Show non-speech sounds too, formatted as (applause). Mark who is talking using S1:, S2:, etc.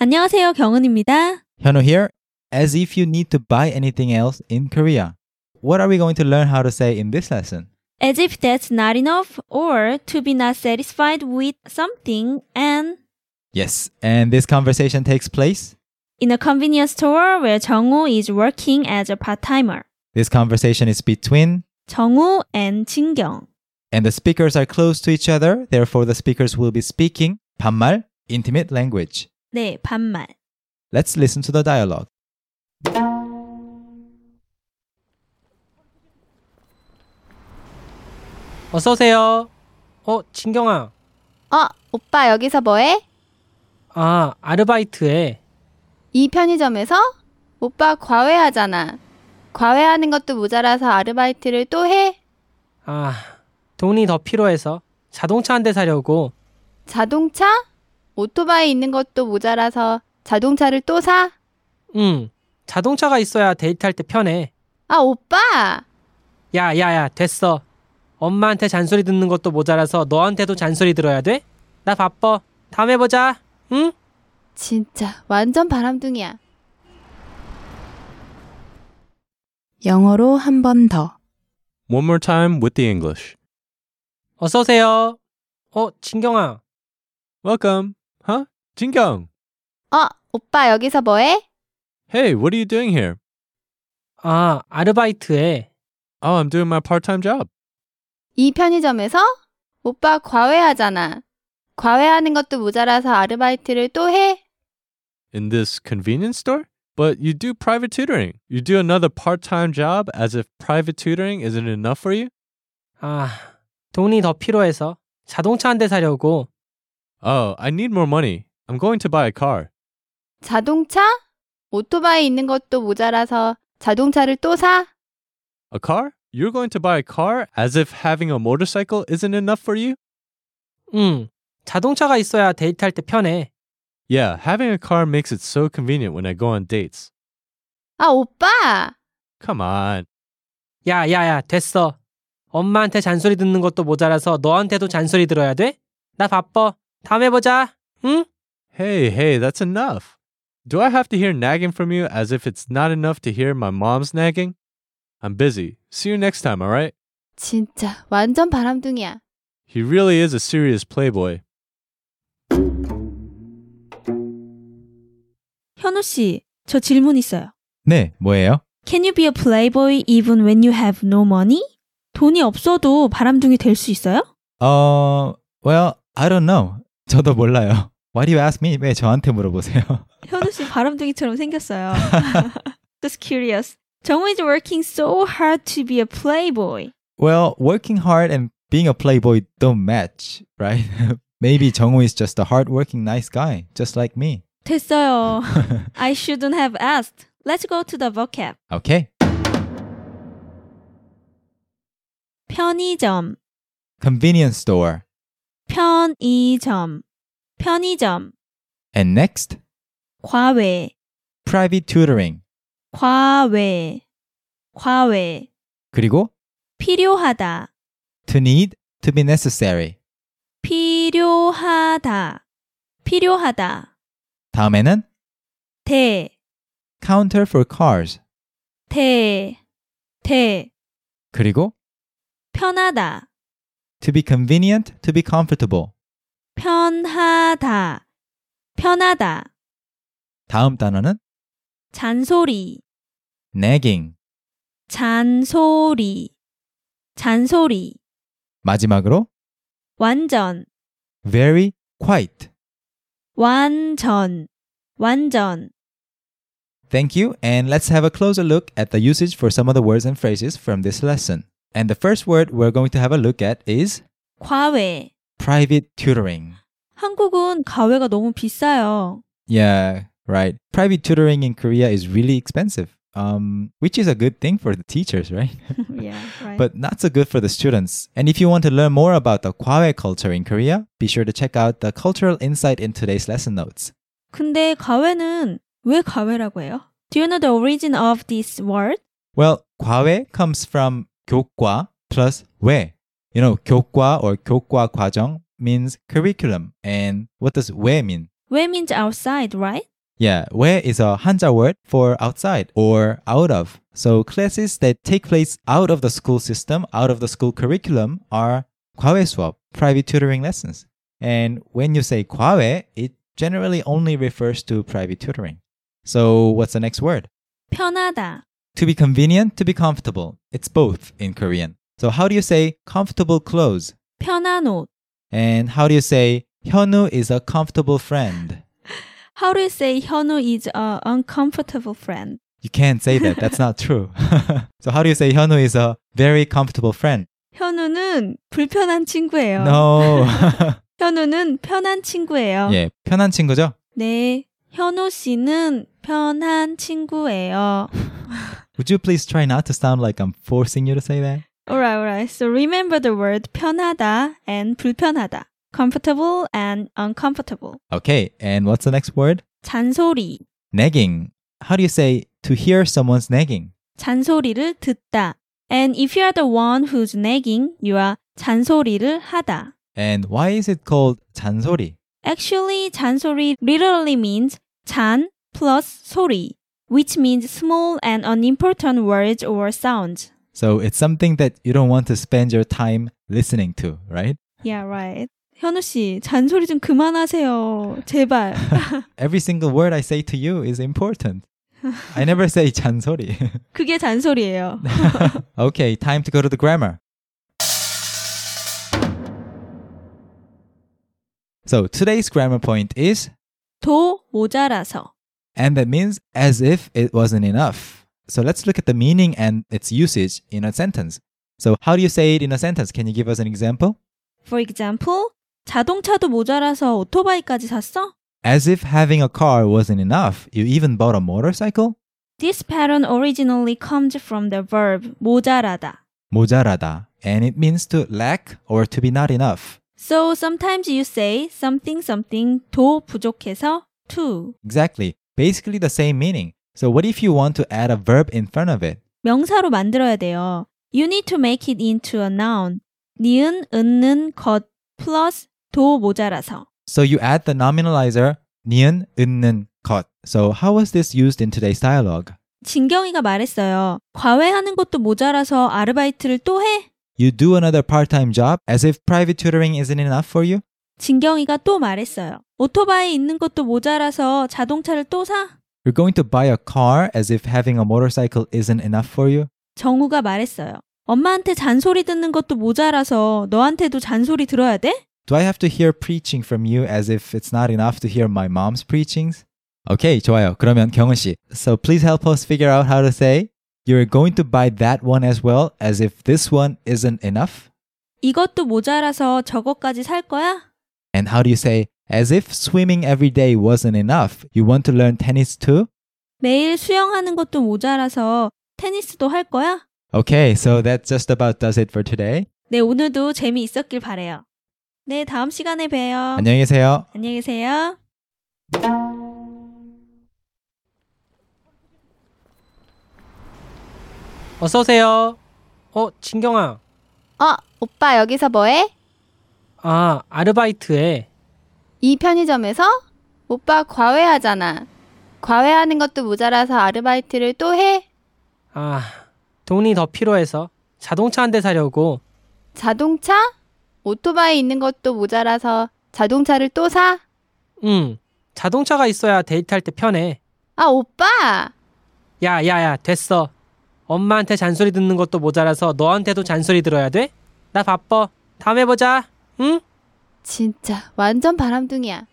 S1: 안녕하세요, 경은입니다.
S2: Hyunwoo here. As if you need to buy anything else in Korea. What are we going to learn how to say in this lesson?
S1: As if that's not enough, or to be not satisfied with something, and
S2: Yes, and this conversation takes place.
S1: in a convenience store where Jung-woo is working as a part-timer.
S2: This conversation is between,
S1: Jung-woo and Jin-kyung.
S2: and the speakers are close to each other. Therefore, the speakers will be speaking 반말, intimate language.
S1: 네, 반말.
S2: Let's listen to the dialogue.
S3: 어서 오세요. 어, 진경아.
S4: 어, 오빠 여기서 뭐해?
S3: 아, 아르바이트에.
S4: 이 편의점에서? 오빠 과외하잖아. 과외하는 것도 모자라서 아르바이트를 또 해?
S3: 아, 돈이 더 필요해서 자동차 한 대 사려고.
S4: 자동차? 오토바이 있는 것도 모자라서 자동차를 또 사?
S3: 응. 자동차가 있어야 데이트할 때 편해.
S4: 아, 오빠!
S3: 야, 야, 야, 됐어. 엄마한테 잔소리 듣는 것도 모자라서 너한테도 잔소리 들어야 돼? 나 바빠. 다음에 보자. 응?
S4: 진짜 완전 바람둥이야. 영어로 한 번 더.
S5: One more time with the English.
S3: 어서 오세요. 어, 진경아.
S5: Welcome. Huh? Jingkyung.
S4: 어, 오빠 여기서 뭐해?
S5: Hey, what are you doing here?
S3: 아, 아르바이트에.
S5: Oh, I'm doing my part-time job.
S4: 이 편의점에서? 오빠 과외하잖아. 과외하는 것도 모자라서 아르바이트를 또 해?
S5: In this convenience store? But you do private tutoring. You do another part-time job as if private tutoring isn't enough for you?
S3: 아, 돈이 더 필요해서 자동차 한 대 사려고.
S5: Oh, I need more money. I'm going to buy a car.
S4: 자동차? 오토바이 있는 것도 모자라서 자동차를 또 사?
S5: A car? You're going to buy a car as if having a motorcycle isn't enough for you?
S3: 응. 자동차가 있어야 데이트할 때 편해.
S5: Yeah, having a car makes it so convenient when I go on dates.
S4: 아, 오빠!
S5: Come on.
S3: 야, 야, 야, 됐어. 엄마한테 잔소리 듣는 것도 모자라서 너한테도 잔소리 들어야 돼? 나 바빠. 다음에 보자. 응?
S5: Hey, hey, that's enough. Do I have to hear nagging from you as if it's not enough to hear my mom's nagging? I'm busy. See you next time, all right?
S4: 진짜 완전 바람둥이야.
S5: He really is a serious playboy.
S1: 현우 씨, 저 질문 있어요.
S2: 네, 뭐예요?
S1: Can you be a playboy even when you have no money? 돈이 없어도 바람둥이 될 수 있어요?
S2: 어, well, I don't know. 저도 몰라요. Why do you ask me? 왜 저한테 물어보세요?
S1: 현우 씨 바람둥이처럼 생겼어요. (laughs) Just curious. 정우 is working so hard to be a playboy.
S2: Well, working hard and being a playboy don't match, right? (laughs) Maybe Jungwoo is just a hardworking, nice guy, just like me. (laughs)
S1: 됐어요. I shouldn't have asked. Let's go to the vocab.
S2: okay.
S1: 편의점,
S2: Convenience store.
S1: 편의점, 편의점,
S2: And next,
S1: 과외,
S2: private tutoring.
S1: 과외, 과외,
S2: 그리고
S1: 필요하다,
S2: to need, to be necessary.
S1: 필요하다, 필요하다,
S2: 다음에는
S1: 대,
S2: counter for cars.
S1: 대, 대,
S2: 그리고
S1: 편하다,
S2: to be convenient, to be comfortable.
S1: 편하다, 편하다,
S2: 다음 단어는
S1: 잔소리,
S2: nagging.
S1: 잔소리, 잔소리,
S2: 마지막으로
S1: 완전,
S2: very quite.
S1: 완전, 완전.
S2: Thank you, and let's have a closer look at the usage for some of the words and phrases from this lesson. And the first word we're going to have a look at is
S1: 과외.
S2: private tutoring.
S1: 한국은 과외가 너무 비싸요.
S2: Yeah, right. Private tutoring in Korea is really expensive, um, which is a good thing for the teachers, right? but not so good for the students. And if you want to learn more about the Kwae culture in Korea, be sure to check out the cultural insight in today's lesson notes.
S1: 근데 과외는 왜 과외라고 해요? Do you know the origin of this word?
S2: Well, Kwae comes from 교과 plus we. You know, 교과 or 교과 과정 means curriculum. And what does we mean?
S1: 왜 means outside, right?
S2: Yeah, where is a Hanja word for outside or out of. So classes that take place out of the school system, out of the school curriculum are 과외 수업, private tutoring lessons. And when you say 과외, it generally only refers to private tutoring. So what's the next word?
S1: 편하다.
S2: To be convenient, to be comfortable. It's both in Korean. So how do you say comfortable clothes?
S1: 편한 옷.
S2: And how do you say 현우 is a comfortable friend?
S1: How do you say 현우 is a uncomfortable friend?
S2: You can't say that. That's not true. (laughs) so how do you say 현우 is a very comfortable friend?
S1: 현우는 불편한 친구예요.
S2: No.
S1: 현우는 편한 친구예요.
S2: 예, 편한 친구죠?
S1: 네. 현우 씨는 편한 친구예요.
S2: Would you please try not to sound like I'm forcing you to say that?
S1: Alright, alright. So remember the word 편하다 and 불편하다. Comfortable and uncomfortable.
S2: Okay, and what's the next word?
S1: 잔소리.
S2: Nagging. How do you say to hear someone's nagging?
S1: 잔소리를 듣다. And if you are the one who's nagging, you are 잔소리를 하다.
S2: And why is it called 잔소리?
S1: Actually, 잔소리 literally means 잔 plus 소리, which means small and unimportant words or sounds.
S2: So it's something that you don't want to spend your time listening to, right?
S1: Yeah, right. 현우 씨, 잔소리 좀 그만하세요. 제발.
S2: Every single word I say to you is important. I never say 잔소리. (laughs)
S1: 그게 잔소리예요.
S2: okay, time to go to the grammar. So today's grammar point is
S1: 도 모자라서.
S2: and that means as if it wasn't enough. So let's look at the meaning and its usage in a sentence. So how do you say it in a sentence? Can you give us an example?
S1: For example, 자동차도 모자라서 오토바이까지 샀어?
S2: As if having a car wasn't enough, you even bought a motorcycle?
S1: This pattern originally comes from the verb 모자라다.
S2: 모자라다. And it means to lack or to be not enough.
S1: So sometimes you say something something 도 부족해서 to
S2: Exactly. Basically the same meaning. So what if you want to add a verb in front of it?
S1: 명사로 만들어야 돼요. You need to make it into a noun. 니은, 은는, 것 플러스 도 모자라서.
S2: So you add the nominalizer 니은, 은는, 것. So how was this used in today's dialogue?
S1: 진경이가 말했어요. 과외하는 것도 모자라서 아르바이트를 또 해?
S2: You do another part-time job as if private tutoring isn't enough for you?
S1: 진경이가 또 말했어요. 오토바이 있는 것도 모자라서 자동차를 또 사?
S2: You're going to buy a car as if having a motorcycle isn't enough for you?
S1: 정우가 말했어요. 엄마한테 잔소리 듣는 것도 모자라서 너한테도 잔소리 들어야 돼?
S2: Do I have to hear preaching from you as if it's not enough to hear my mom's preachings? Okay, 좋아요. 그러면 경은 씨. So please help us figure out how to say you're going to buy that one as well as if this one isn't enough.
S1: 이것도 모자라서 저것까지 살 거야?
S2: And how do you say as if swimming every day wasn't enough? You want to learn tennis too?
S1: 매일 수영하는 것도 모자라서 테니스도 할 거야?
S2: Okay, so that just about does it for today.
S1: 네, 오늘도 재미있었길 바래요. 네, 다음 시간에 봬요.
S2: 안녕히 계세요.
S1: 안녕히 계세요.
S3: 어서 오세요. 어, 진경아.
S4: 어, 오빠 여기서 뭐해?
S3: 아, 아르바이트에.
S4: 이 편의점에서? 오빠 과외하잖아. 과외하는 것도 모자라서 아르바이트를 또 해?
S3: 아, 돈이 더 필요해서 자동차 한 대 사려고.
S4: 자동차? 오토바이 있는 것도 모자라서 자동차를 또 사?
S3: 응. 자동차가 있어야 데이트할 때 편해.
S4: 아, 오빠!
S3: 야, 야, 야, 됐어. 엄마한테 잔소리 듣는 것도 모자라서 너한테도 잔소리 들어야 돼? 나 바빠. 다음에 보자. 응?
S4: 진짜 완전 바람둥이야.